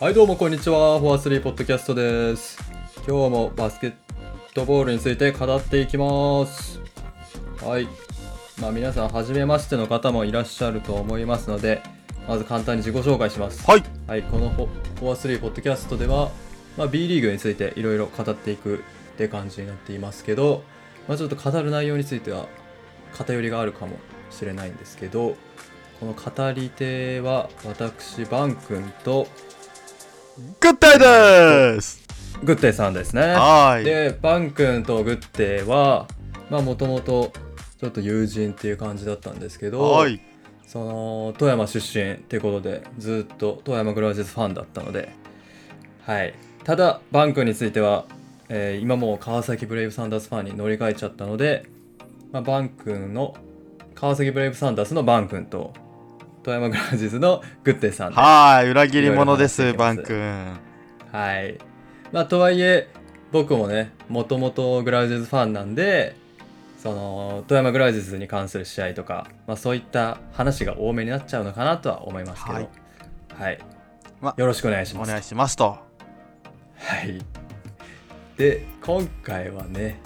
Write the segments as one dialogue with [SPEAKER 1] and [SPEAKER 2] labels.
[SPEAKER 1] はいどうもこんにちはフォアスリーポッドキャストです今日もバスケットボールについて語っていきますはいまあ皆さん初めましての方もいらっしゃると思いますのでまず簡単に自己紹介します
[SPEAKER 2] はい
[SPEAKER 1] はい、このフォフォアスリーポッドキャストでは、まあ、B リーグについていろいろ語っていくって感じになっていますけど、まあ、ちょっと語る内容については偏りがあるかもしれないんですけどこの語り手は私バン君と
[SPEAKER 2] グッタイです
[SPEAKER 1] グッテさんですね。
[SPEAKER 2] はーい
[SPEAKER 1] でバン君とグッテはもともとちょっと友人っていう感じだったんですけど、
[SPEAKER 2] はーい
[SPEAKER 1] その富山出身っていうことでずっと富山グラウジェズファンだったのではいただバンクについては、えー今もう川崎ブレイブサンダースファンに乗り換えちゃったので、まあ、バン君の川崎ブレイブサンダースのバン君と富山グラウジェズのグッテさんで
[SPEAKER 2] はーい裏切り者で
[SPEAKER 1] いろ
[SPEAKER 2] す
[SPEAKER 1] いろ
[SPEAKER 2] バ
[SPEAKER 1] 話し
[SPEAKER 2] ン
[SPEAKER 1] ていき
[SPEAKER 2] 君は
[SPEAKER 1] はい。まあ、とはいえ、僕もね、もともとグラウジェズファンなんで、その、富山グラウジェズに関する試合とか、まあ、そういった話が多めになっちゃうのかなとは思いますけど、は
[SPEAKER 2] はいい。
[SPEAKER 1] ま
[SPEAKER 2] ま
[SPEAKER 1] よろしくお願いし
[SPEAKER 2] お
[SPEAKER 1] ます。
[SPEAKER 2] 願いしますと
[SPEAKER 1] はい。で、今回はね、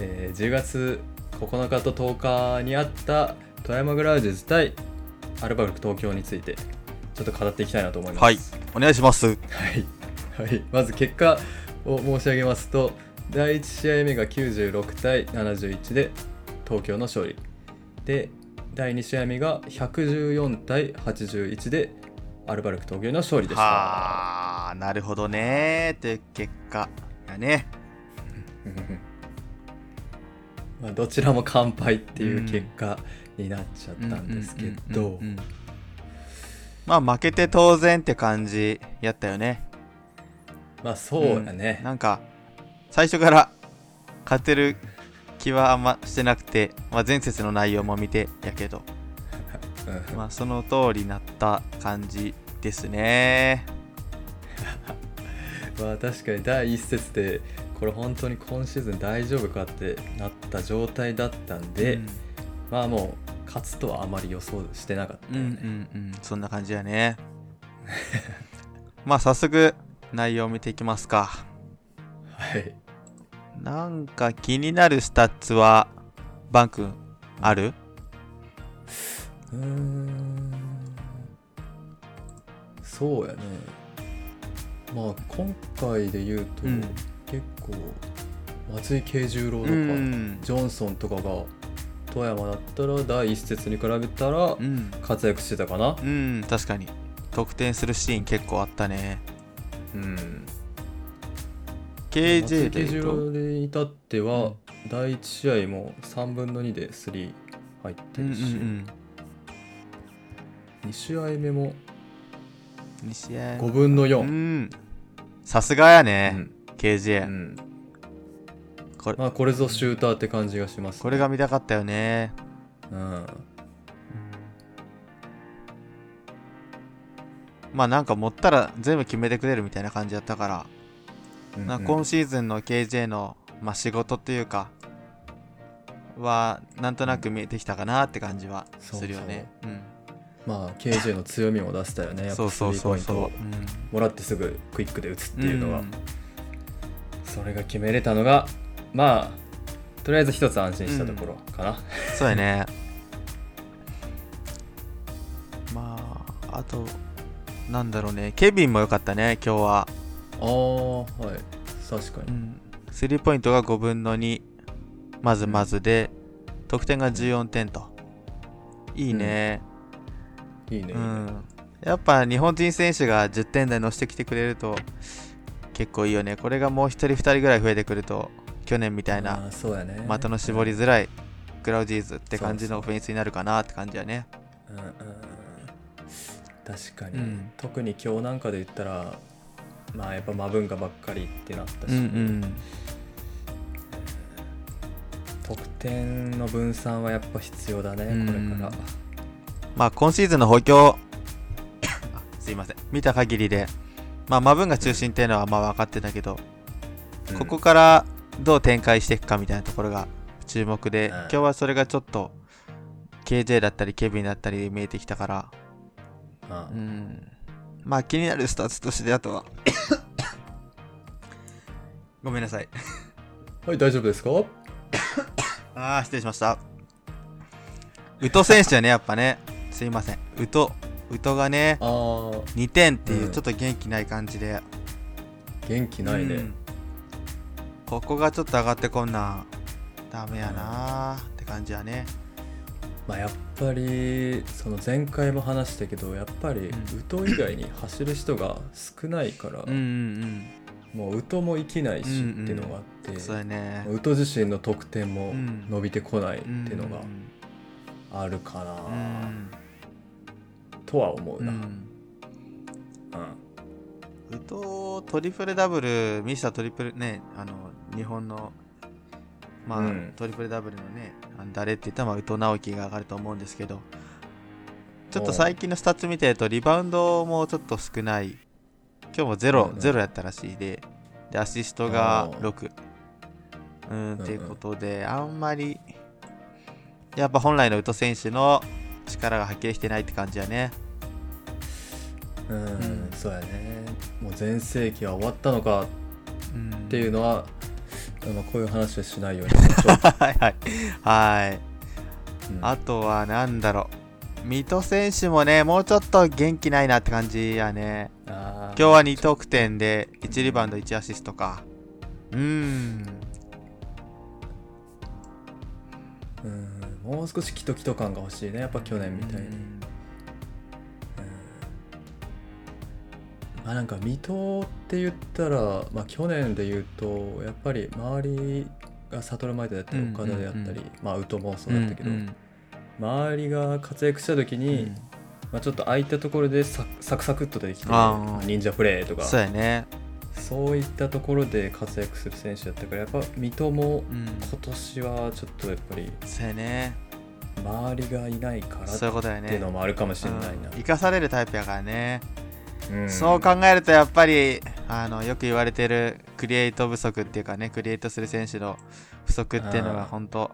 [SPEAKER 1] えー10月9日と10日にあった富山グラウジェズ対アルバルク東京について、ちょっと語っていきたいなと思います。
[SPEAKER 2] はいお願いします
[SPEAKER 1] はい、はい、まず結果を申し上げますと第1試合目が96対71で東京の勝利で第2試合目が114対81でアルバルク東京の勝利でした
[SPEAKER 2] はあなるほどねーという結果やね
[SPEAKER 1] うんうんまあどちらも完敗っていう結果になっちゃったんですけど
[SPEAKER 2] うんうんうんうんまあ負けて当然って感じやったよね
[SPEAKER 1] まあそうだね
[SPEAKER 2] ん、なんか最初から勝てる気はあんましてなくて、まあ、前節の内容も見てやけど、
[SPEAKER 1] うん
[SPEAKER 2] まあ、その通りになった感じですね
[SPEAKER 1] まあ確かに第一節でこれ本当に今シーズン大丈夫かってなった状態だったんで、
[SPEAKER 2] うん
[SPEAKER 1] まあもう勝つとはあまり予想してなかっ
[SPEAKER 2] う
[SPEAKER 1] た
[SPEAKER 2] んう
[SPEAKER 1] よね、
[SPEAKER 2] んうんそんな感じやね まあ早速内容を見ていきますか
[SPEAKER 1] はい
[SPEAKER 2] なんか気になるスタッツはバン君ある
[SPEAKER 1] うーんそうやねまあ今回で言うと、
[SPEAKER 2] うん
[SPEAKER 1] 結構松井慶十郎と
[SPEAKER 2] う
[SPEAKER 1] か、
[SPEAKER 2] ん
[SPEAKER 1] ジョンソンとかが富山だったら第一節に比べたら
[SPEAKER 2] うん、
[SPEAKER 1] 活躍してたかな
[SPEAKER 2] うん、確かに得点するシーン結構あったね
[SPEAKER 1] うん、松
[SPEAKER 2] KJ
[SPEAKER 1] 井
[SPEAKER 2] で
[SPEAKER 1] 慶
[SPEAKER 2] い
[SPEAKER 1] 十
[SPEAKER 2] うと
[SPEAKER 1] 郎で至って
[SPEAKER 2] う
[SPEAKER 1] は
[SPEAKER 2] ん
[SPEAKER 1] 第一試合も3分の2で3入ってるし、2試合目も
[SPEAKER 2] 2試合
[SPEAKER 1] 5分の4、
[SPEAKER 2] うんさすがやね、
[SPEAKER 1] う
[SPEAKER 2] KJ、
[SPEAKER 1] ん
[SPEAKER 2] これ
[SPEAKER 1] まあこれぞシューターって感じがします、
[SPEAKER 2] これが見たかったよね
[SPEAKER 1] うん
[SPEAKER 2] まあなんか持ったら全部決めてくれるみたいな感じやったから、
[SPEAKER 1] うん
[SPEAKER 2] な今シーズンの KJ の、まあ、仕事っていうかはなんとなく見えてきたかなって感じはするよねうん
[SPEAKER 1] まあ KJ の強みも出せたよねやっ
[SPEAKER 2] そ
[SPEAKER 1] ぱ
[SPEAKER 2] う
[SPEAKER 1] ス
[SPEAKER 2] そ
[SPEAKER 1] リ
[SPEAKER 2] う
[SPEAKER 1] ー
[SPEAKER 2] そ
[SPEAKER 1] ポイ
[SPEAKER 2] う
[SPEAKER 1] ントを
[SPEAKER 2] そううん
[SPEAKER 1] もらってすぐクイックで打つっていうのが、
[SPEAKER 2] ん
[SPEAKER 1] それが決めれたのがまあとりあえず一つ安心したところかな、
[SPEAKER 2] そうやねまああとなんだろうねケビンも良かったね今日は、
[SPEAKER 1] ああはい確か
[SPEAKER 2] う
[SPEAKER 1] に
[SPEAKER 2] ん、スリーポイントが5分の2まずまずで得点が14点といいね
[SPEAKER 1] いいねいいね、
[SPEAKER 2] うん、やっぱ日本人選手が10点台乗せてきてくれると結構いいよねこれがもう1人2人ぐらい増えてくると去年みたい
[SPEAKER 1] あ
[SPEAKER 2] な
[SPEAKER 1] ーそうやね
[SPEAKER 2] 的の絞りづらいグラウジーズって感じのオフェンスになるかなって感じやね
[SPEAKER 1] うんうんうん確かに、
[SPEAKER 2] うん
[SPEAKER 1] 特に今日なんかで言ったらまあやっぱマブンガばっかりってなったし、
[SPEAKER 2] うん
[SPEAKER 1] 得点の分散はやっぱ必要だね、
[SPEAKER 2] うん
[SPEAKER 1] これから
[SPEAKER 2] まあ今シーズンの補強 あすいません見た限りでまあマブンが中心っていうのはまあ分かってたけど、ここからどう展開していくかみたいなところが注目で、
[SPEAKER 1] うん
[SPEAKER 2] 今日はそれがちょっと KJ だったりケビンだったり見えてきたから、
[SPEAKER 1] うん、まあ
[SPEAKER 2] うんまあ気になるスタッツとしてあとは ごめんなさい
[SPEAKER 1] はい、大丈夫ですか
[SPEAKER 2] ああ失礼しました宇都 選手はねやっぱねすいません宇都宇都がね
[SPEAKER 1] あー、
[SPEAKER 2] 2点っていう
[SPEAKER 1] うん
[SPEAKER 2] ちょっと元気ない感じで、
[SPEAKER 1] 元気ないうね
[SPEAKER 2] ん。ここがちょっと上がってこんなダメやなーって感じやね
[SPEAKER 1] まあ、やっぱり、その前回も話したけど、やっぱり、
[SPEAKER 2] うん
[SPEAKER 1] 宇都以外に走る人が少ないから、
[SPEAKER 2] うんうん
[SPEAKER 1] もう宇都も生きないしって
[SPEAKER 2] うんうん
[SPEAKER 1] いうのがあって、
[SPEAKER 2] うんそうやね
[SPEAKER 1] 宇都自身の得点も
[SPEAKER 2] うん
[SPEAKER 1] 伸びてこないっていうの
[SPEAKER 2] う
[SPEAKER 1] が
[SPEAKER 2] ん
[SPEAKER 1] あるかな、
[SPEAKER 2] うん
[SPEAKER 1] とは思うな。
[SPEAKER 2] う
[SPEAKER 1] うん
[SPEAKER 2] ん宇都トリプルダブルミスタートリプルねあの日本のまあ、
[SPEAKER 1] うん
[SPEAKER 2] トリプルダブルのねあの誰って言ったらまあ宇都直樹が上がると思うんですけどちょっと最近のスタッツ見てるとリバウンドもちょっと少ない今日もゼロ、
[SPEAKER 1] うんうん
[SPEAKER 2] ゼロやったらしいででアシストが
[SPEAKER 1] あー
[SPEAKER 2] 6うん
[SPEAKER 1] うん
[SPEAKER 2] っていうことで、あんまりやっぱ本来の宇都選手の力が発揮してないって感じやね
[SPEAKER 1] うん
[SPEAKER 2] うん
[SPEAKER 1] そうやね。もう全盛期は終わったのか
[SPEAKER 2] っ
[SPEAKER 1] っていうのは、まあ、こういう話はしないように
[SPEAKER 2] はいはいはい
[SPEAKER 1] うん
[SPEAKER 2] あとはなんだろう水戸選手もねもうちょっと元気ないなって感じやね
[SPEAKER 1] あー
[SPEAKER 2] 今日は2得点で1リバウンド1アシストかうーん
[SPEAKER 1] うんもう少しキトキト感が欲しいねやっぱ去年みたいに、
[SPEAKER 2] うん
[SPEAKER 1] まあなんか水戸って言ったら、まあ、去年で言うとやっぱり周りが悟る前であったり
[SPEAKER 2] うん
[SPEAKER 1] 岡田であったり、
[SPEAKER 2] うんう
[SPEAKER 1] まあ宇都もそうだったけど、
[SPEAKER 2] うん
[SPEAKER 1] 周りが活躍した時
[SPEAKER 2] うん
[SPEAKER 1] に、まあ、ちょっと空いたところでサクサクサクっと出てきて
[SPEAKER 2] あー
[SPEAKER 1] まあ忍者プレーとか
[SPEAKER 2] そうやね
[SPEAKER 1] そういったところで活躍する選手だったからやっぱ水戸も
[SPEAKER 2] うん
[SPEAKER 1] 今年はちょっとやっぱり
[SPEAKER 2] そうやね
[SPEAKER 1] 周りがいないから
[SPEAKER 2] そういうことや
[SPEAKER 1] ってい
[SPEAKER 2] ね
[SPEAKER 1] うのもあるかもしれないな
[SPEAKER 2] うん生かされるタイプやからね、
[SPEAKER 1] うん
[SPEAKER 2] そう考えるとやっぱりあのよく言われてるクリエイト不足っていうかねクリエイトする選手の不足っていうの
[SPEAKER 1] あ
[SPEAKER 2] が
[SPEAKER 1] ー
[SPEAKER 2] 本当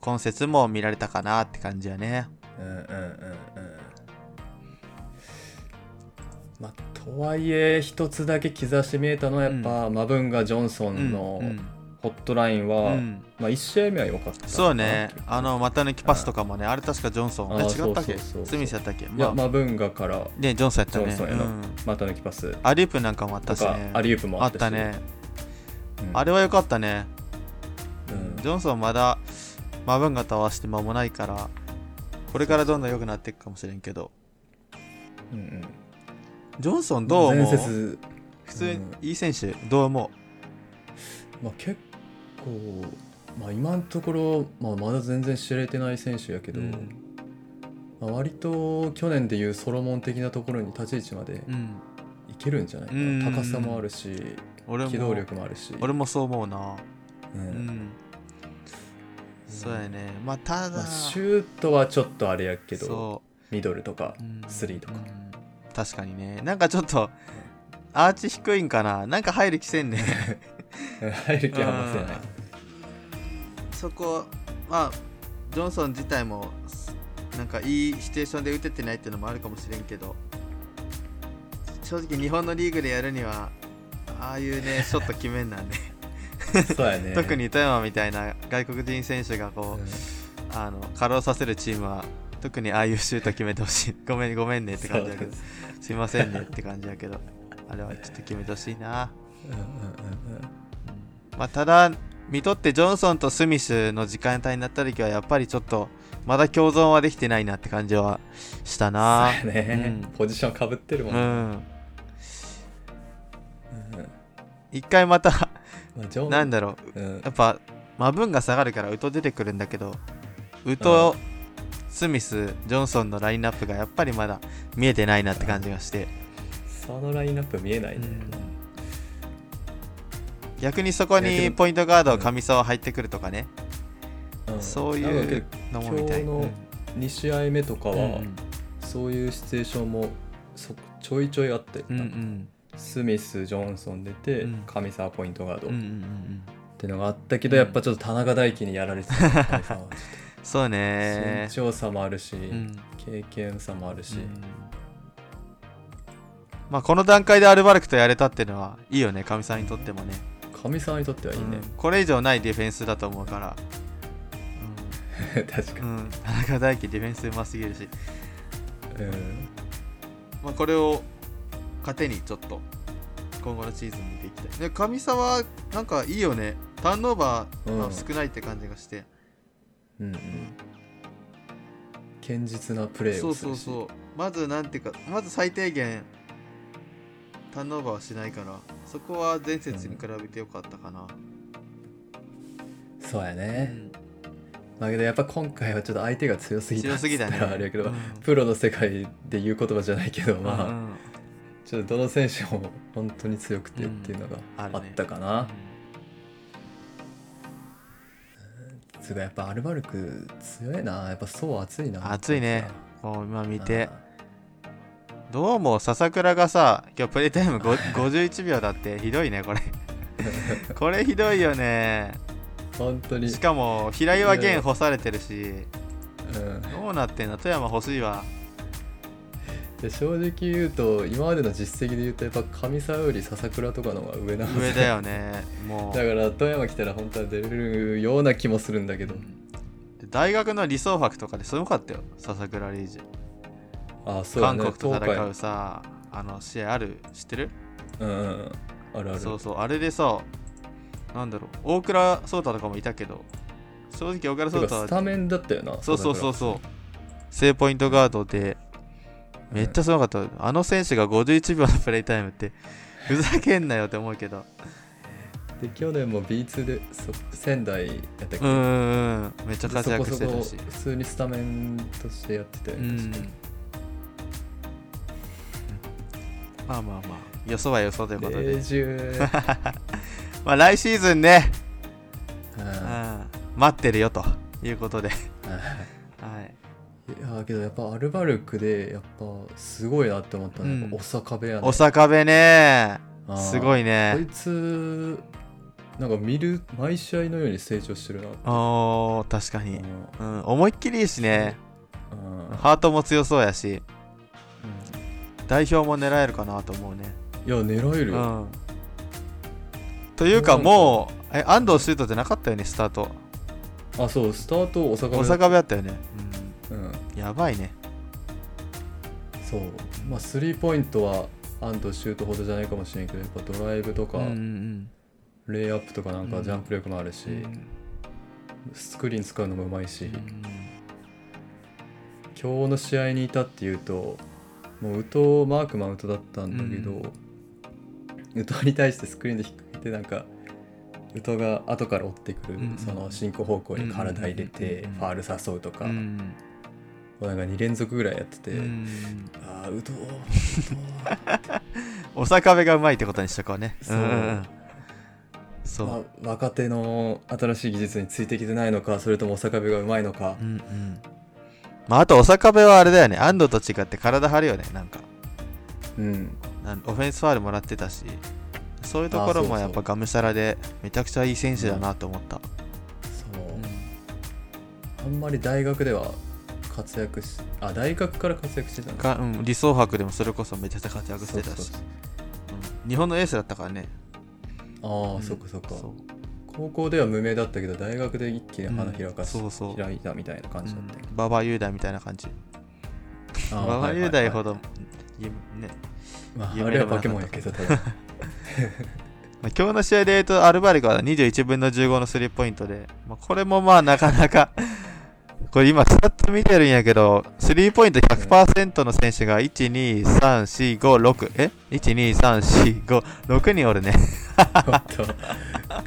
[SPEAKER 2] 今節も見られたかなって感じやね
[SPEAKER 1] うんうんうんうんまあとはいえ一つだけ兆し見えたのはやっぱ、マブンガ・ジョンソンの
[SPEAKER 2] うんうん
[SPEAKER 1] ホットラインは、
[SPEAKER 2] うん
[SPEAKER 1] まあ、1試合目は良かったのかな
[SPEAKER 2] そうね
[SPEAKER 1] 結、局
[SPEAKER 2] あの、股抜きパスとかもね、あれ確かジョンソン、
[SPEAKER 1] あ
[SPEAKER 2] え、
[SPEAKER 1] ー
[SPEAKER 2] 違ったっけ
[SPEAKER 1] そうそうそうそう
[SPEAKER 2] スミスやったっけ
[SPEAKER 1] いや、
[SPEAKER 2] まあ、
[SPEAKER 1] マブンガから
[SPEAKER 2] ね、ジョンソンやったね。
[SPEAKER 1] ジョンソンやな
[SPEAKER 2] うん
[SPEAKER 1] 股抜きパス
[SPEAKER 2] アリウープなんかもあっ
[SPEAKER 1] と
[SPEAKER 2] たし
[SPEAKER 1] か、
[SPEAKER 2] ね。
[SPEAKER 1] アリウープもあ
[SPEAKER 2] あっ
[SPEAKER 1] ったし、
[SPEAKER 2] たね。
[SPEAKER 1] うん
[SPEAKER 2] あれは良かったね。
[SPEAKER 1] うん
[SPEAKER 2] ジョンソンまだ、マブンガと合わせて間もないから、これからどんどん良くなっていくかもしれんけど、
[SPEAKER 1] うんうん
[SPEAKER 2] ジョンソンどう
[SPEAKER 1] 前
[SPEAKER 2] 思う
[SPEAKER 1] 節、
[SPEAKER 2] 普通に
[SPEAKER 1] うん
[SPEAKER 2] いい選手、どう思
[SPEAKER 1] まあ、結構、まあ、今のところ、まあ、まだ全然知れてない選手やけ
[SPEAKER 2] うう
[SPEAKER 1] ど、
[SPEAKER 2] ん。
[SPEAKER 1] まあ、割と去年でいうソロモン的なところに立ち位置まで
[SPEAKER 2] うん
[SPEAKER 1] いけるんじゃないか
[SPEAKER 2] うん
[SPEAKER 1] な高さもあるし
[SPEAKER 2] 俺
[SPEAKER 1] 機動
[SPEAKER 2] も、
[SPEAKER 1] 力もあるし
[SPEAKER 2] 俺もそう思うな。
[SPEAKER 1] う
[SPEAKER 2] うんん。そうやね。まあ、た
[SPEAKER 1] ま
[SPEAKER 2] だ
[SPEAKER 1] あ、、シュートはちょっとあれやけど
[SPEAKER 2] そう。
[SPEAKER 1] ミドルとか
[SPEAKER 2] うん
[SPEAKER 1] スリーとか
[SPEAKER 2] うん確かにねなんかちょっとアーチ低いんかななんか入る気せんね
[SPEAKER 1] 入る気はませない
[SPEAKER 2] そこまあジョンソン自体もなんかいいシチュエーションで打ててないっていうのもあるかもしれんけど正直日本のリーグでやるにはああいう ねショット決めんなんで、
[SPEAKER 1] そうやね
[SPEAKER 2] 特に富山みたいな外国人選手が
[SPEAKER 1] う
[SPEAKER 2] こ
[SPEAKER 1] ん
[SPEAKER 2] う、あの過労させるチームは特にああいうシュート決めてほしいごめんごめんねって感じだけどすいませんねって感じやけど、あれはちょっと決めてほしいな。
[SPEAKER 1] うんうんうんうん
[SPEAKER 2] まあ、ただ、見とってジョンソンとスミスの時間帯になった時は、やっぱりちょっと、まだ共存はできてないなって感じはしたな。
[SPEAKER 1] そうやね
[SPEAKER 2] うん
[SPEAKER 1] ポジションかぶってるも
[SPEAKER 2] うん
[SPEAKER 1] ね
[SPEAKER 2] ん。
[SPEAKER 1] うん
[SPEAKER 2] 一回また、
[SPEAKER 1] まあジョン
[SPEAKER 2] なんだろ
[SPEAKER 1] うん
[SPEAKER 2] う、やっぱ、マブンが下がるから、ウト出てくるんだけど、ウト、スミス、ジョンソンのラインナップがやっぱりまだ見えてないなって感じがして、
[SPEAKER 1] そのラインナップ見えないね
[SPEAKER 2] 逆にそこ
[SPEAKER 1] いやで
[SPEAKER 2] に
[SPEAKER 1] も
[SPEAKER 2] ポイントガード、上沢入ってくるとかね、
[SPEAKER 1] ん
[SPEAKER 2] そう
[SPEAKER 1] なんか
[SPEAKER 2] い
[SPEAKER 1] 結
[SPEAKER 2] うのも見たい。
[SPEAKER 1] 今日の構2試合目とか
[SPEAKER 2] うん
[SPEAKER 1] はそういうシチュエーションもそちょいちょいあって
[SPEAKER 2] うんうん
[SPEAKER 1] スミス・ジョンソン出て
[SPEAKER 2] うん
[SPEAKER 1] 上沢ポイントガード
[SPEAKER 2] うんうんうんうん
[SPEAKER 1] っていうのがあったけど、やっぱちょっと田中大輝にやられてた、神 様はちょっ
[SPEAKER 2] そう
[SPEAKER 1] と
[SPEAKER 2] ね
[SPEAKER 1] 身長差もあるし、
[SPEAKER 2] うん
[SPEAKER 1] 経験差もあるし、
[SPEAKER 2] うんまあ、この段階でアルバルクとやれたっていうのはいいよね、かみさんにとってもね。
[SPEAKER 1] かみさんにとってはいいね
[SPEAKER 2] うん。これ以上ないディフェンスだと思うから、
[SPEAKER 1] 確か
[SPEAKER 2] うんうん、田中大輝、ディフェンスうますぎるし、
[SPEAKER 1] に。うん。
[SPEAKER 2] まあ、これを糧にちょっと今後のシーズン見ていきたい。で、上沢、なんかいいよね、ターンオーバーが少ないって感じがして、
[SPEAKER 1] うんうん。堅実なプレー
[SPEAKER 2] そ
[SPEAKER 1] を
[SPEAKER 2] う
[SPEAKER 1] す
[SPEAKER 2] そ
[SPEAKER 1] る
[SPEAKER 2] う
[SPEAKER 1] し。
[SPEAKER 2] そう、まずなんていうか、まず最低限、ターンオーバーはしないから、そこは前節に比べてよかったかな。
[SPEAKER 1] そうや
[SPEAKER 2] う
[SPEAKER 1] ね。
[SPEAKER 2] ん
[SPEAKER 1] だけどやっぱ今回はちょっと相手が強すぎた
[SPEAKER 2] 強すぎた
[SPEAKER 1] っ
[SPEAKER 2] ね
[SPEAKER 1] つったらあれやけど、
[SPEAKER 2] うん
[SPEAKER 1] プロの世界で言う言葉じゃないけど、まあ、
[SPEAKER 2] うん
[SPEAKER 1] ちょっとどの選手も本当に強くてっていうのが
[SPEAKER 2] うんある
[SPEAKER 1] あ
[SPEAKER 2] ね
[SPEAKER 1] ったかな。つうかやっぱアルバルク強いな。やっぱそう熱いな。
[SPEAKER 2] 熱いねもう今見て
[SPEAKER 1] あ
[SPEAKER 2] どうも笹倉がさ今日プレイタイム5 51秒だってひどいねこれこれひどいよね
[SPEAKER 1] ー。本当に。
[SPEAKER 2] しかも平岩源干されてるし
[SPEAKER 1] うん
[SPEAKER 2] どうなってんだ富山欲しいわ
[SPEAKER 1] で正直言うと今までの実績で言うとやっぱ上沢より笹倉とかの方が上なはず
[SPEAKER 2] 上だよ ねも
[SPEAKER 1] だから富山来たら本当は出れるような気もするんだけ
[SPEAKER 2] う
[SPEAKER 1] ど
[SPEAKER 2] で大学の理想博とかですごかったよ笹倉リージ、
[SPEAKER 1] ああそうだ
[SPEAKER 2] 韓
[SPEAKER 1] ね
[SPEAKER 2] 国と戦う
[SPEAKER 1] 東
[SPEAKER 2] さあの試合ある知ってる
[SPEAKER 1] 海うんうんうんあるある
[SPEAKER 2] そうそうあれでさなんだろう大倉颯太とかもいたけど正直大倉
[SPEAKER 1] て
[SPEAKER 2] 颯太
[SPEAKER 1] か
[SPEAKER 2] は
[SPEAKER 1] スタメンだったよな
[SPEAKER 2] そうそうそう
[SPEAKER 1] 笹
[SPEAKER 2] そう。正ポイントガードで、
[SPEAKER 1] 倉
[SPEAKER 2] めっちゃすごかった。あの選手が51秒のプレイタイムって、ふざけんなよって思うけど。
[SPEAKER 1] うんで去年も B2 でそ仙台やったっけ
[SPEAKER 2] うーん、めっちゃ
[SPEAKER 1] で
[SPEAKER 2] 活躍して
[SPEAKER 1] そこ
[SPEAKER 2] た
[SPEAKER 1] そ
[SPEAKER 2] し
[SPEAKER 1] こ。普通にスタメンとしてやってたよ
[SPEAKER 2] う
[SPEAKER 1] ね
[SPEAKER 2] ん。まあまあまあ、よそはよそということで。
[SPEAKER 1] 零 十
[SPEAKER 2] まあ来シーズンね、
[SPEAKER 1] うん
[SPEAKER 2] う
[SPEAKER 1] は
[SPEAKER 2] ん、待ってるよということで。
[SPEAKER 1] い
[SPEAKER 2] はい。
[SPEAKER 1] いやーけどやっぱアルバルクでやっぱすごいなって思った
[SPEAKER 2] うん
[SPEAKER 1] のが大阪部屋
[SPEAKER 2] お坂部ね、すご
[SPEAKER 1] い
[SPEAKER 2] い
[SPEAKER 1] こい
[SPEAKER 2] ね。
[SPEAKER 1] つなんか見る毎試合のように成長してるな
[SPEAKER 2] おー、確かに。
[SPEAKER 1] う
[SPEAKER 2] うん、思いっきりいいしね。
[SPEAKER 1] んうん
[SPEAKER 2] ハートも強そうやし。代表も狙えるかなと思うね。
[SPEAKER 1] いや狙える
[SPEAKER 2] う
[SPEAKER 1] よ、
[SPEAKER 2] ん、というかもうえ安藤シュートじゃなかったよねスタート
[SPEAKER 1] あそうスタート大阪部
[SPEAKER 2] 大阪部やったよね、
[SPEAKER 1] うん、
[SPEAKER 2] うん、やばいね
[SPEAKER 1] そうまあスリーポイントはアンとシュートほどじゃないかもしれんけどやっぱドライブとか、
[SPEAKER 2] うんうん
[SPEAKER 1] レイアップとかなん
[SPEAKER 2] う
[SPEAKER 1] か
[SPEAKER 2] ん
[SPEAKER 1] ジャンプ力もあるし、
[SPEAKER 2] うん
[SPEAKER 1] スクリーン使うのもうまいし、
[SPEAKER 2] うん
[SPEAKER 1] 今日の試合にいたっていうともう宇藤マークマウントだったんだけど、宇藤に対してスクリーンで引ってなんか宇藤が後から追ってくる、
[SPEAKER 2] うんうん
[SPEAKER 1] その進行方向に体入れて、
[SPEAKER 2] うんうん
[SPEAKER 1] ファール誘うとか、
[SPEAKER 2] う
[SPEAKER 1] も
[SPEAKER 2] ん
[SPEAKER 1] うなんか2連続ぐらいやってて、
[SPEAKER 2] うん
[SPEAKER 1] ああ宇 藤宇藤
[SPEAKER 2] 大阪部がうまいってことにしとこうね
[SPEAKER 1] そうん
[SPEAKER 2] んんそう、
[SPEAKER 1] まあ若手の新しい技術についてきてないのかそれとも大阪部がうまいのか
[SPEAKER 2] う、んうんまあ、あと大阪部はあれだよね安藤と違って体張るよねなんか
[SPEAKER 1] うん、
[SPEAKER 2] なんオフェンスファールもらってたしそういうところもやっぱがむしゃらでめちゃくちゃいい選手だなと思った、
[SPEAKER 1] そう、あんまり大学では活躍しあ大学から活躍してたの
[SPEAKER 2] がうん、理想博でもそれこそめちゃくちゃ活躍してたし
[SPEAKER 1] そうそう
[SPEAKER 2] うん日本のエースだったからね
[SPEAKER 1] そうああ、
[SPEAKER 2] うん
[SPEAKER 1] そっかそっか
[SPEAKER 2] そう
[SPEAKER 1] 高校では無名だったけど大学で一気に花開かし、
[SPEAKER 2] うんそうそう
[SPEAKER 1] 開いたみたいな感じだったよ、
[SPEAKER 2] 馬場雄大みたいな感じ
[SPEAKER 1] ああ
[SPEAKER 2] 馬場
[SPEAKER 1] はい
[SPEAKER 2] 雄
[SPEAKER 1] はいはい
[SPEAKER 2] 大ほど、ゆね
[SPEAKER 1] まあ、
[SPEAKER 2] 有名
[SPEAKER 1] あれはバケモンやけどただ
[SPEAKER 2] まあ、今日の試合で言うとアルバルクは21分の15のスリーポイントで、まあ、これもまあなかなか これ今スタッツ見てるんやけどスリーポイント100%の選手が12345え12345人おるね
[SPEAKER 1] ほんと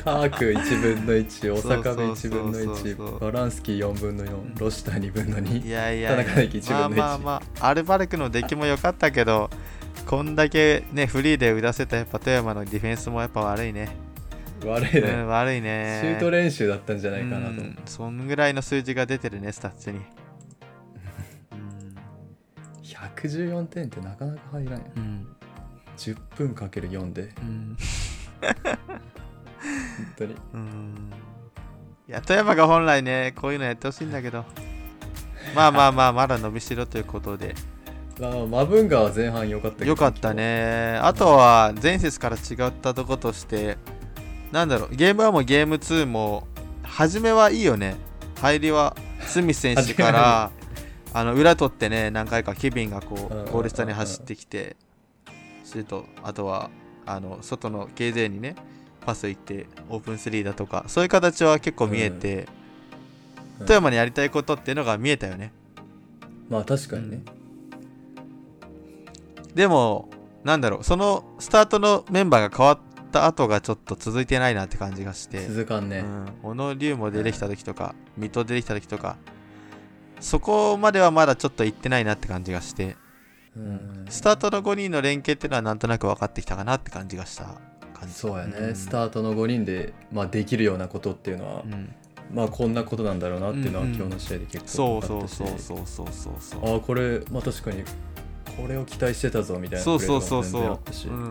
[SPEAKER 1] カーク1分の1大阪部1分の
[SPEAKER 2] そうそうそうそう
[SPEAKER 1] 1バランスキー4分の
[SPEAKER 2] ん
[SPEAKER 1] 4ロシター2分の
[SPEAKER 2] い
[SPEAKER 1] 2
[SPEAKER 2] やいや
[SPEAKER 1] 田
[SPEAKER 2] いや
[SPEAKER 1] 中大輝一分の一
[SPEAKER 2] まあまあまあアルバルクの出来も良かったけどこんだけねフリーで打たせたやっぱ富山のディフェンスもやっぱ悪 いね
[SPEAKER 1] 悪いね、
[SPEAKER 2] うん、悪い
[SPEAKER 1] シ
[SPEAKER 2] ね
[SPEAKER 1] ュート練習だったんじゃないかなと、
[SPEAKER 2] うんそんぐらいの数字が出てるねスタッツに
[SPEAKER 1] 114点ってなかなか入らんよ
[SPEAKER 2] うんうん
[SPEAKER 1] 10分かける4で
[SPEAKER 2] うん
[SPEAKER 1] 本当に
[SPEAKER 2] うんいや富山が本来ねこういうのやってほしいんだけどまあまあまあまだ伸びしろということで
[SPEAKER 1] あマブンガは前半良かったけど
[SPEAKER 2] よかったね。あとは前節から違ったとことして、なんだろう、ゲーム1もゲーム2も、初めはいいよね。入りはスミス選手から、あの裏取ってね、何回かケビンがこ
[SPEAKER 1] うんうんうんう
[SPEAKER 2] うんゴール下に走ってきて、シュート、あとはあの外の KJ にね、パス行って、オープン3だとか、そういう形は結構見えて、
[SPEAKER 1] うん
[SPEAKER 2] 富山にやりたいことっていうのが見えたよね。
[SPEAKER 1] まあ確かにね、
[SPEAKER 2] でも、なんだろう、そのスタートのメンバーが変わった後がちょっと続いてないなって感じがして、
[SPEAKER 1] 続かんね、
[SPEAKER 2] うん、小野龍も出てきた時とか、水戸出てきた時とか、そこまではまだちょっと行ってないなって感じがして、
[SPEAKER 1] うん
[SPEAKER 2] スタートの5人の連携っていうのはなんとなく分かってきたかなって感じがした感じ。
[SPEAKER 1] そうやね、
[SPEAKER 2] ん
[SPEAKER 1] スタートの5人で、まあ、できるようなことっていうのは、
[SPEAKER 2] うん
[SPEAKER 1] まあこんなことなんだろうなっていうのは、
[SPEAKER 2] うんうん
[SPEAKER 1] 今日の試合で結構
[SPEAKER 2] そ
[SPEAKER 1] 多
[SPEAKER 2] う
[SPEAKER 1] か
[SPEAKER 2] そ
[SPEAKER 1] った
[SPEAKER 2] う
[SPEAKER 1] し
[SPEAKER 2] そうそうそうそうそう。
[SPEAKER 1] ああこれまあ確かにこれを期待してたぞみたいな
[SPEAKER 2] そうそうそう
[SPEAKER 1] プレーとかも全然あ
[SPEAKER 2] そ
[SPEAKER 1] ったし
[SPEAKER 2] う。うん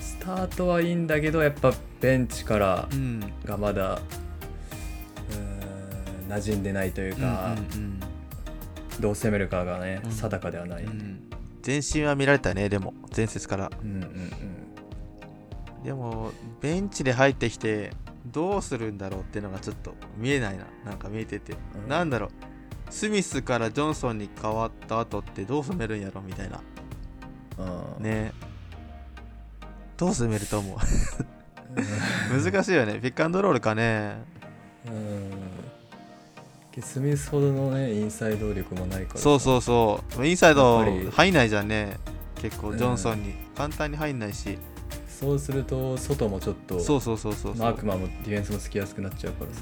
[SPEAKER 1] スタートはいいんだけどやっぱベンチから
[SPEAKER 2] うん。
[SPEAKER 1] がまだうーん馴染んでないというか、
[SPEAKER 2] うん
[SPEAKER 1] どう攻めるかがね
[SPEAKER 2] うん
[SPEAKER 1] 定かではない、
[SPEAKER 2] う
[SPEAKER 1] うん
[SPEAKER 2] うん
[SPEAKER 1] ん
[SPEAKER 2] 前進は見られたね、でも、前節から。
[SPEAKER 1] うんうん、
[SPEAKER 2] でもベンチで入ってきてどうするんだろうっていうのがちょっと見えないななんか見えてて、
[SPEAKER 1] うん
[SPEAKER 2] なんだろうスミスからジョンソンに変わった後ってどう攻めるんやろみたいな
[SPEAKER 1] あー
[SPEAKER 2] ねどう攻めると思う 難しいよねピックアンドロールかね
[SPEAKER 1] うんスミスほどのねインサイド力もないから
[SPEAKER 2] そう
[SPEAKER 1] う
[SPEAKER 2] そうそうインサイ
[SPEAKER 1] や
[SPEAKER 2] ド
[SPEAKER 1] っぱり
[SPEAKER 2] 入んないじゃんね結構
[SPEAKER 1] うん
[SPEAKER 2] ジョンソンに、簡単に入んないし
[SPEAKER 1] そうすると外もちょっと
[SPEAKER 2] そうそうそうそうそう
[SPEAKER 1] マークマンもディフェンスもつきやすくなっちゃうからさ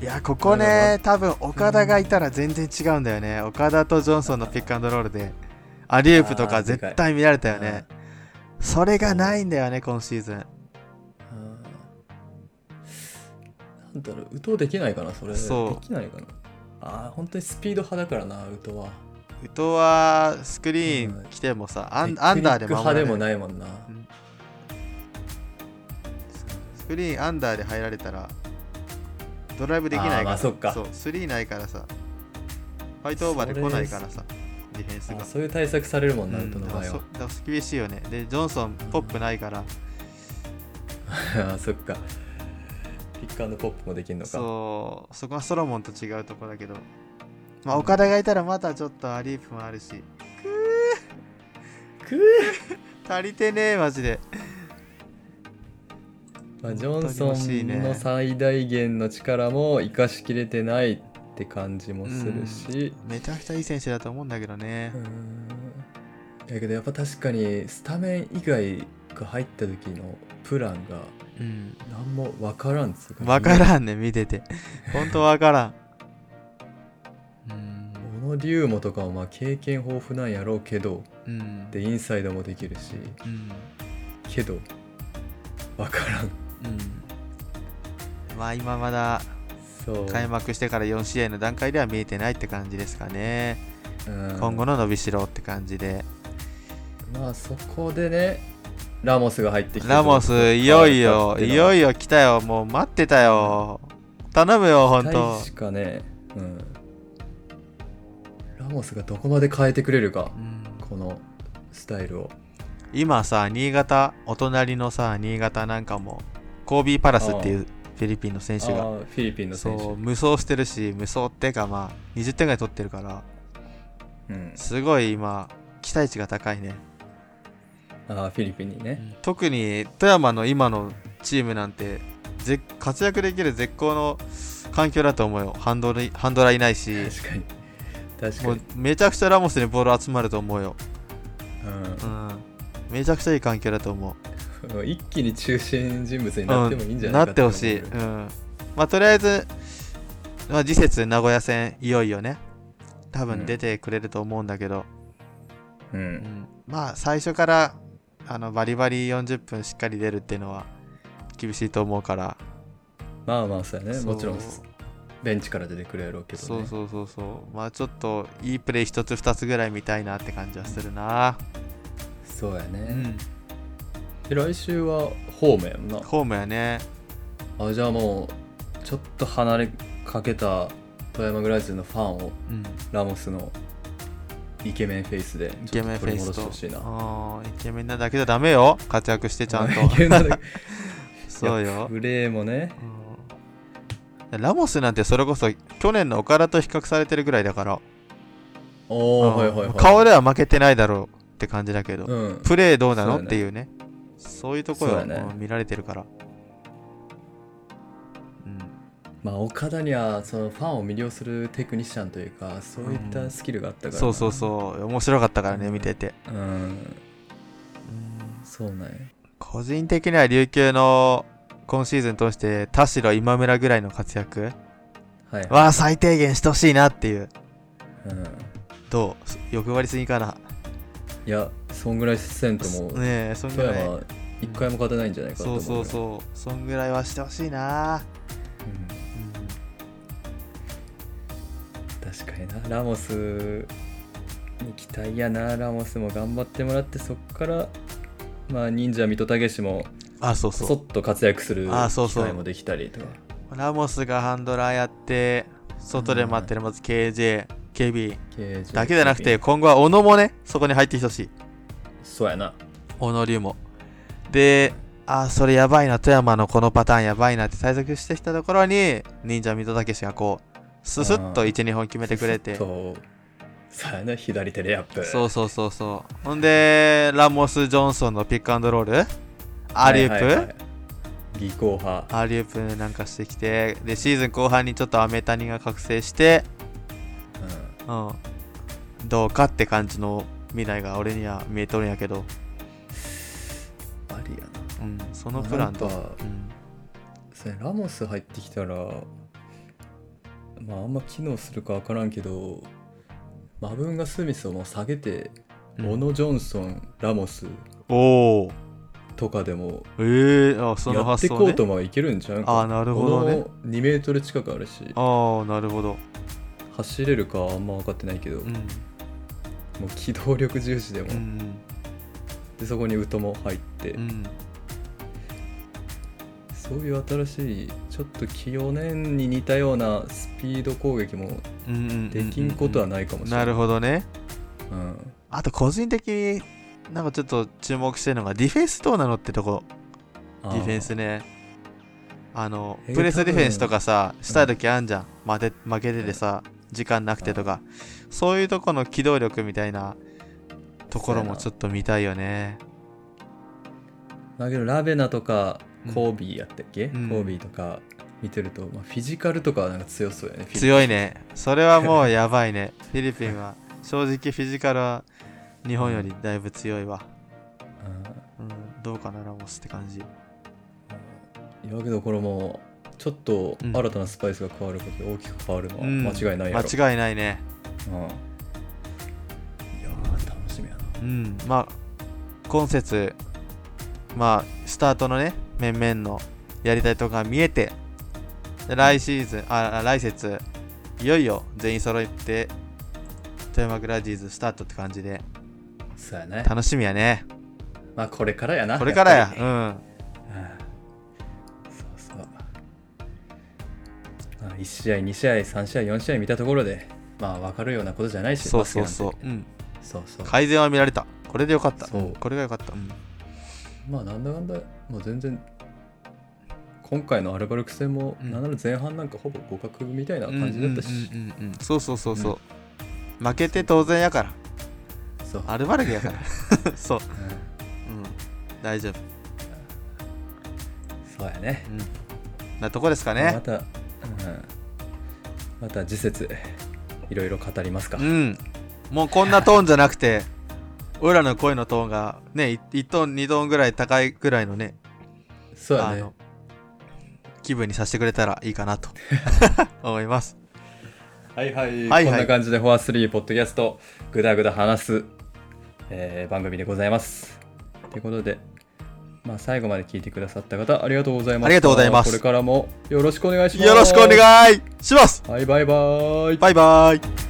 [SPEAKER 2] いやここね多分岡田がいたら全然違うんだよね岡田とジョンソンのピックアンドロールでアリウープと
[SPEAKER 1] あ
[SPEAKER 2] か
[SPEAKER 1] ーでかい
[SPEAKER 2] 絶対見られたよねそれがないんだよね今シーズン
[SPEAKER 1] うんなんだろう、打とうできないかな、それ。
[SPEAKER 2] そう
[SPEAKER 1] できないかな。ああ、本当にスピード派だからな、打とうは。
[SPEAKER 2] 伊藤はスクリーン来てもさアンアンダーで
[SPEAKER 1] テクニック
[SPEAKER 2] 守ら
[SPEAKER 1] 派
[SPEAKER 2] れ
[SPEAKER 1] でも
[SPEAKER 2] る
[SPEAKER 1] ないもんな。
[SPEAKER 2] スクリーンアンダーで入られたらドライブできない
[SPEAKER 1] あ
[SPEAKER 2] か
[SPEAKER 1] ー
[SPEAKER 2] ら
[SPEAKER 1] まあそっか
[SPEAKER 2] そうスリーないからさファイトオーバーで来ないからさディフェンス
[SPEAKER 1] あ
[SPEAKER 2] が
[SPEAKER 1] そういう対策されるもんな、
[SPEAKER 2] う
[SPEAKER 1] ウ
[SPEAKER 2] ん
[SPEAKER 1] トの
[SPEAKER 2] だ
[SPEAKER 1] 場
[SPEAKER 2] か
[SPEAKER 1] 合
[SPEAKER 2] らそだから厳しいよねでジョンソンポップないから、
[SPEAKER 1] は。あーそっか。ピックアンドポップもできるのか。
[SPEAKER 2] そうそこはソロモンと違うとこだけど、まあ、岡田がいたらまたちょっとアリープもあるし
[SPEAKER 1] くー
[SPEAKER 2] 足りてねえマジで
[SPEAKER 1] まあ、ジョン
[SPEAKER 2] 本当に欲しい
[SPEAKER 1] ソン
[SPEAKER 2] ね
[SPEAKER 1] の最大限の力も生かしきれてないって感じもするし。
[SPEAKER 2] めちゃくちゃいい選手だと思うんだけどね
[SPEAKER 1] うーんだけどやっぱ確かにスタメン以外が入った時のプランが
[SPEAKER 2] うん
[SPEAKER 1] 何も分からんっつう
[SPEAKER 2] 分か
[SPEAKER 1] ん
[SPEAKER 2] らんね見ててほんと分からんうん
[SPEAKER 1] 小野龍もとかはまあ経験豊富なんやろうけど
[SPEAKER 2] うん
[SPEAKER 1] でインサイドもできるし
[SPEAKER 2] うん
[SPEAKER 1] けど分からん
[SPEAKER 2] うんまあ今まだ
[SPEAKER 1] そう
[SPEAKER 2] 開幕してから4試合の段階では見えてないって感じですかね、
[SPEAKER 1] うん
[SPEAKER 2] 今後の伸びしろって感じで
[SPEAKER 1] まあそこでねラモスが入ってきて
[SPEAKER 2] ラモス、いよいよ、いよいよ来たよ。もう待ってたよ。頼むよ、ほんと
[SPEAKER 1] 大。しかね、うん、ラモスがどこまで変えてくれるかこのスタイルを
[SPEAKER 2] 今さ、新潟、お隣のさ、新潟なんかも、コービー・パラスっていうフィリピンの選手
[SPEAKER 1] あ
[SPEAKER 2] が、
[SPEAKER 1] ーフィリピンの選手
[SPEAKER 2] そう、無双してるし、無双ってかまあ、20点ぐらい取ってるから、
[SPEAKER 1] うん、
[SPEAKER 2] すごい今、期待値が高いね。
[SPEAKER 1] あーフィリピンにね、
[SPEAKER 2] 特に、富山の今のチームなんて、ぜ活躍できる絶好の環境だと思うよ。ハンドルハンドラーいないし、
[SPEAKER 1] 確かに確
[SPEAKER 2] も
[SPEAKER 1] か
[SPEAKER 2] う
[SPEAKER 1] に、
[SPEAKER 2] めちゃくちゃラモスにボール集まると思うよ。うん、めちゃくちゃいい環境だと思う。
[SPEAKER 1] うん、 一気に中心人物になってもいいんじ
[SPEAKER 2] う
[SPEAKER 1] ゃ
[SPEAKER 2] ん
[SPEAKER 1] ない
[SPEAKER 2] な
[SPEAKER 1] か
[SPEAKER 2] ってほ
[SPEAKER 1] 思う
[SPEAKER 2] しい。
[SPEAKER 1] けど
[SPEAKER 2] うん、まあとりあえず、まあ、次節名古屋戦いよいよね多
[SPEAKER 1] う
[SPEAKER 2] 分
[SPEAKER 1] ん
[SPEAKER 2] 出てくれると思うんだけど、
[SPEAKER 1] う
[SPEAKER 2] うんんまあ最初からあのバリバリ40分しっかり出るっていうのは厳しいと思うから、
[SPEAKER 1] まあまあそうやね
[SPEAKER 2] そう
[SPEAKER 1] もちろんベンチから出てくるやろうけど、ね、
[SPEAKER 2] そうそうそうそうまあちょっといいプレー一つ二つぐらい見たいなって感じはするな、
[SPEAKER 1] そうや
[SPEAKER 2] う
[SPEAKER 1] ね、
[SPEAKER 2] ん、
[SPEAKER 1] で来週はホームやんな
[SPEAKER 2] ホームやね
[SPEAKER 1] あじゃあもうちょっと離れかけた富山グライズのファンを
[SPEAKER 2] うん、
[SPEAKER 1] ラモスのイケメンフェイスで
[SPEAKER 2] イ
[SPEAKER 1] ち
[SPEAKER 2] ケ
[SPEAKER 1] ょっ
[SPEAKER 2] メ
[SPEAKER 1] と
[SPEAKER 2] ン
[SPEAKER 1] 取
[SPEAKER 2] フェイ
[SPEAKER 1] り
[SPEAKER 2] ス
[SPEAKER 1] 戻
[SPEAKER 2] と
[SPEAKER 1] してほしいな。
[SPEAKER 2] あーイケメンなだけじゃダメよ活躍してちゃんと
[SPEAKER 1] イケメンなだけ
[SPEAKER 2] そうよ、
[SPEAKER 1] プレーもね、
[SPEAKER 2] うんラモスなんてそれこそ去年の岡田と比較されてるぐらいだから
[SPEAKER 1] お
[SPEAKER 2] う
[SPEAKER 1] お、
[SPEAKER 2] ん
[SPEAKER 1] はいはいはい。
[SPEAKER 2] 顔では負けてないだろうって感じだけど、
[SPEAKER 1] うん、
[SPEAKER 2] プレーどうなの
[SPEAKER 1] そうだね
[SPEAKER 2] っていうねそういうところ
[SPEAKER 1] そ
[SPEAKER 2] は
[SPEAKER 1] うだね
[SPEAKER 2] もう見られてるからうん
[SPEAKER 1] まあ岡田にはそのファンを魅了するテクニシャンというかそういったスキルがあったから、
[SPEAKER 2] そうそうそう面白かったからね
[SPEAKER 1] うん
[SPEAKER 2] 見てて、
[SPEAKER 1] ううんそうなんや
[SPEAKER 2] 個人的には琉球の今シーズン通して田代今村ぐらいの活躍
[SPEAKER 1] はい、
[SPEAKER 2] は最低限してほしいなっていう
[SPEAKER 1] うん、
[SPEAKER 2] どう欲張りすぎかない
[SPEAKER 1] やそんぐらいせんともう
[SPEAKER 2] ねえそんぐ
[SPEAKER 1] 富
[SPEAKER 2] らい
[SPEAKER 1] 山一回も勝てないんじゃないかと
[SPEAKER 2] そ
[SPEAKER 1] 思
[SPEAKER 2] う
[SPEAKER 1] う
[SPEAKER 2] そうそうそんぐらいはしてほしいな
[SPEAKER 1] う、ん、確かになラモスに期待やなラモスも頑張ってもらってそっからまあ忍者水戸武史も
[SPEAKER 2] あそう
[SPEAKER 1] そ
[SPEAKER 2] そ
[SPEAKER 1] っと活躍する
[SPEAKER 2] あそう
[SPEAKER 1] 機
[SPEAKER 2] そう
[SPEAKER 1] 会もできたりとか
[SPEAKER 2] うラモスがハンドラーやって外で待ってるまず KJKB だけじゃなくて今後は小野もねそこに入ってきてほしい
[SPEAKER 1] そうやな
[SPEAKER 2] 小野龍もであそれやばいな富山のこのパターンやばいなって対策してきたところに忍者水戸武がこうススッと12本決めてくれて
[SPEAKER 1] そうさあね左手レイアップ
[SPEAKER 2] そうそうそうそうほんでラモス・ジョンソンのピックアンドロールアリウープ、
[SPEAKER 1] はいはいはい技巧派
[SPEAKER 2] アリウープなんかしてきてでシーズン後半にちょっとアメタニが覚醒して、うん、どうかって感じの未来が俺には見えとるんやけど、
[SPEAKER 1] うんありやな
[SPEAKER 2] うん、そのプランと、
[SPEAKER 1] まあなんか
[SPEAKER 2] うん
[SPEAKER 1] それラモス入ってきたらまああんま機能するか分からんけどマブンガ・スミスをもう下げて、
[SPEAKER 2] うん
[SPEAKER 1] オノ・ジョンソンラモス
[SPEAKER 2] おお
[SPEAKER 1] とかでも
[SPEAKER 2] ええあその
[SPEAKER 1] やっ
[SPEAKER 2] 発
[SPEAKER 1] て
[SPEAKER 2] 想
[SPEAKER 1] こ
[SPEAKER 2] ね
[SPEAKER 1] うともいけるんじゃん
[SPEAKER 2] あ
[SPEAKER 1] か
[SPEAKER 2] あなるほどね
[SPEAKER 1] この2メートル近くあるし
[SPEAKER 2] ああなるほど、
[SPEAKER 1] 走れるかはあんま分かってないけど、
[SPEAKER 2] うん
[SPEAKER 1] もう機動力重視でも、
[SPEAKER 2] うん
[SPEAKER 1] でそこにウトも入って、
[SPEAKER 2] うん、
[SPEAKER 1] そういう新しいちょっと去年に似たようなスピード攻撃も
[SPEAKER 2] うんうんうん、
[SPEAKER 1] できんことは
[SPEAKER 2] な
[SPEAKER 1] ないかもしれな、
[SPEAKER 2] ないるほどね
[SPEAKER 1] うん
[SPEAKER 2] あと個人的になんかちょっと注目してるのがディフェンスどうなのってとこ
[SPEAKER 1] あ
[SPEAKER 2] ディフェンスねあの
[SPEAKER 1] えー
[SPEAKER 2] プレスディフェンスとかさしたい時あんじゃん負け負けててさ時間なくてとかそういうとこの機動力みたいなところもちょっと見たいよね
[SPEAKER 1] だけどラベナとか
[SPEAKER 2] うん
[SPEAKER 1] コービーやったっけ、
[SPEAKER 2] うん
[SPEAKER 1] コービーとか見てると、まあ、フィジカルとかはなんか強そうやねい
[SPEAKER 2] 強いねそれはもうやばいねフィリピンは正直フィジカルは日本よりだいぶ強いわ、うん、どうかなラモスって感じ
[SPEAKER 1] いやけどこれもうちょっと
[SPEAKER 2] うん
[SPEAKER 1] 新たなスパイスが変わることで大きく変わるのは
[SPEAKER 2] うん
[SPEAKER 1] 間違いないやろ、
[SPEAKER 2] 間違いないね
[SPEAKER 1] うんいやー楽しみやな
[SPEAKER 2] うんまあ今節まあスタートのね面々のやりたいとこが見えてで来シーズンああ来節いよいよ全員揃って富山グラディーズスタートって感じで
[SPEAKER 1] そうやね
[SPEAKER 2] 楽しみやね
[SPEAKER 1] まあこれからやな
[SPEAKER 2] これから
[SPEAKER 1] っ
[SPEAKER 2] や
[SPEAKER 1] ぱりそうそうまあ1試合2試合3試合4試合見たところでまあ分かるようなことじゃない
[SPEAKER 2] うん
[SPEAKER 1] し
[SPEAKER 2] そうそうそう
[SPEAKER 1] バス、
[SPEAKER 2] う
[SPEAKER 1] ケ
[SPEAKER 2] ん、
[SPEAKER 1] なんてそうそう
[SPEAKER 2] 改善は見られたこれでよかった
[SPEAKER 1] そう
[SPEAKER 2] これがよかった、うん
[SPEAKER 1] まあなんだかんだもう全然今回のアルバルク戦も、
[SPEAKER 2] うん
[SPEAKER 1] なんなら前半なんかほぼ互角みたいな感じだったし、
[SPEAKER 2] うんうんうんうんそうそうそうそう、負けて当然やから
[SPEAKER 1] そう、
[SPEAKER 2] アルバルクやから そう、うん、大丈夫
[SPEAKER 1] うんそうやね
[SPEAKER 2] うん、なとこですか
[SPEAKER 1] ま
[SPEAKER 2] ね。
[SPEAKER 1] た、うん、また次節いろいろ語りますか、
[SPEAKER 2] うん。もうこんなトーンじゃなくて、俺らの声のトーンがね、い1トーン、2トーンぐらい高いぐらいのね、
[SPEAKER 1] そうや
[SPEAKER 2] あ
[SPEAKER 1] ね
[SPEAKER 2] の、気分にさせてくれたらいいか なと思います。
[SPEAKER 1] はいはい、
[SPEAKER 2] はい
[SPEAKER 1] こ
[SPEAKER 2] はい
[SPEAKER 1] んな感じでフォアスリーポッドキャストぐだぐだ話す、えー番組でございます。ということで、まあ、最後まで聞いてくださった方ありがとうございます。
[SPEAKER 2] ありがとうございます
[SPEAKER 1] これからもよろしくお願いします。
[SPEAKER 2] よろしくお願いします
[SPEAKER 1] はいバイバイ。
[SPEAKER 2] バイバイ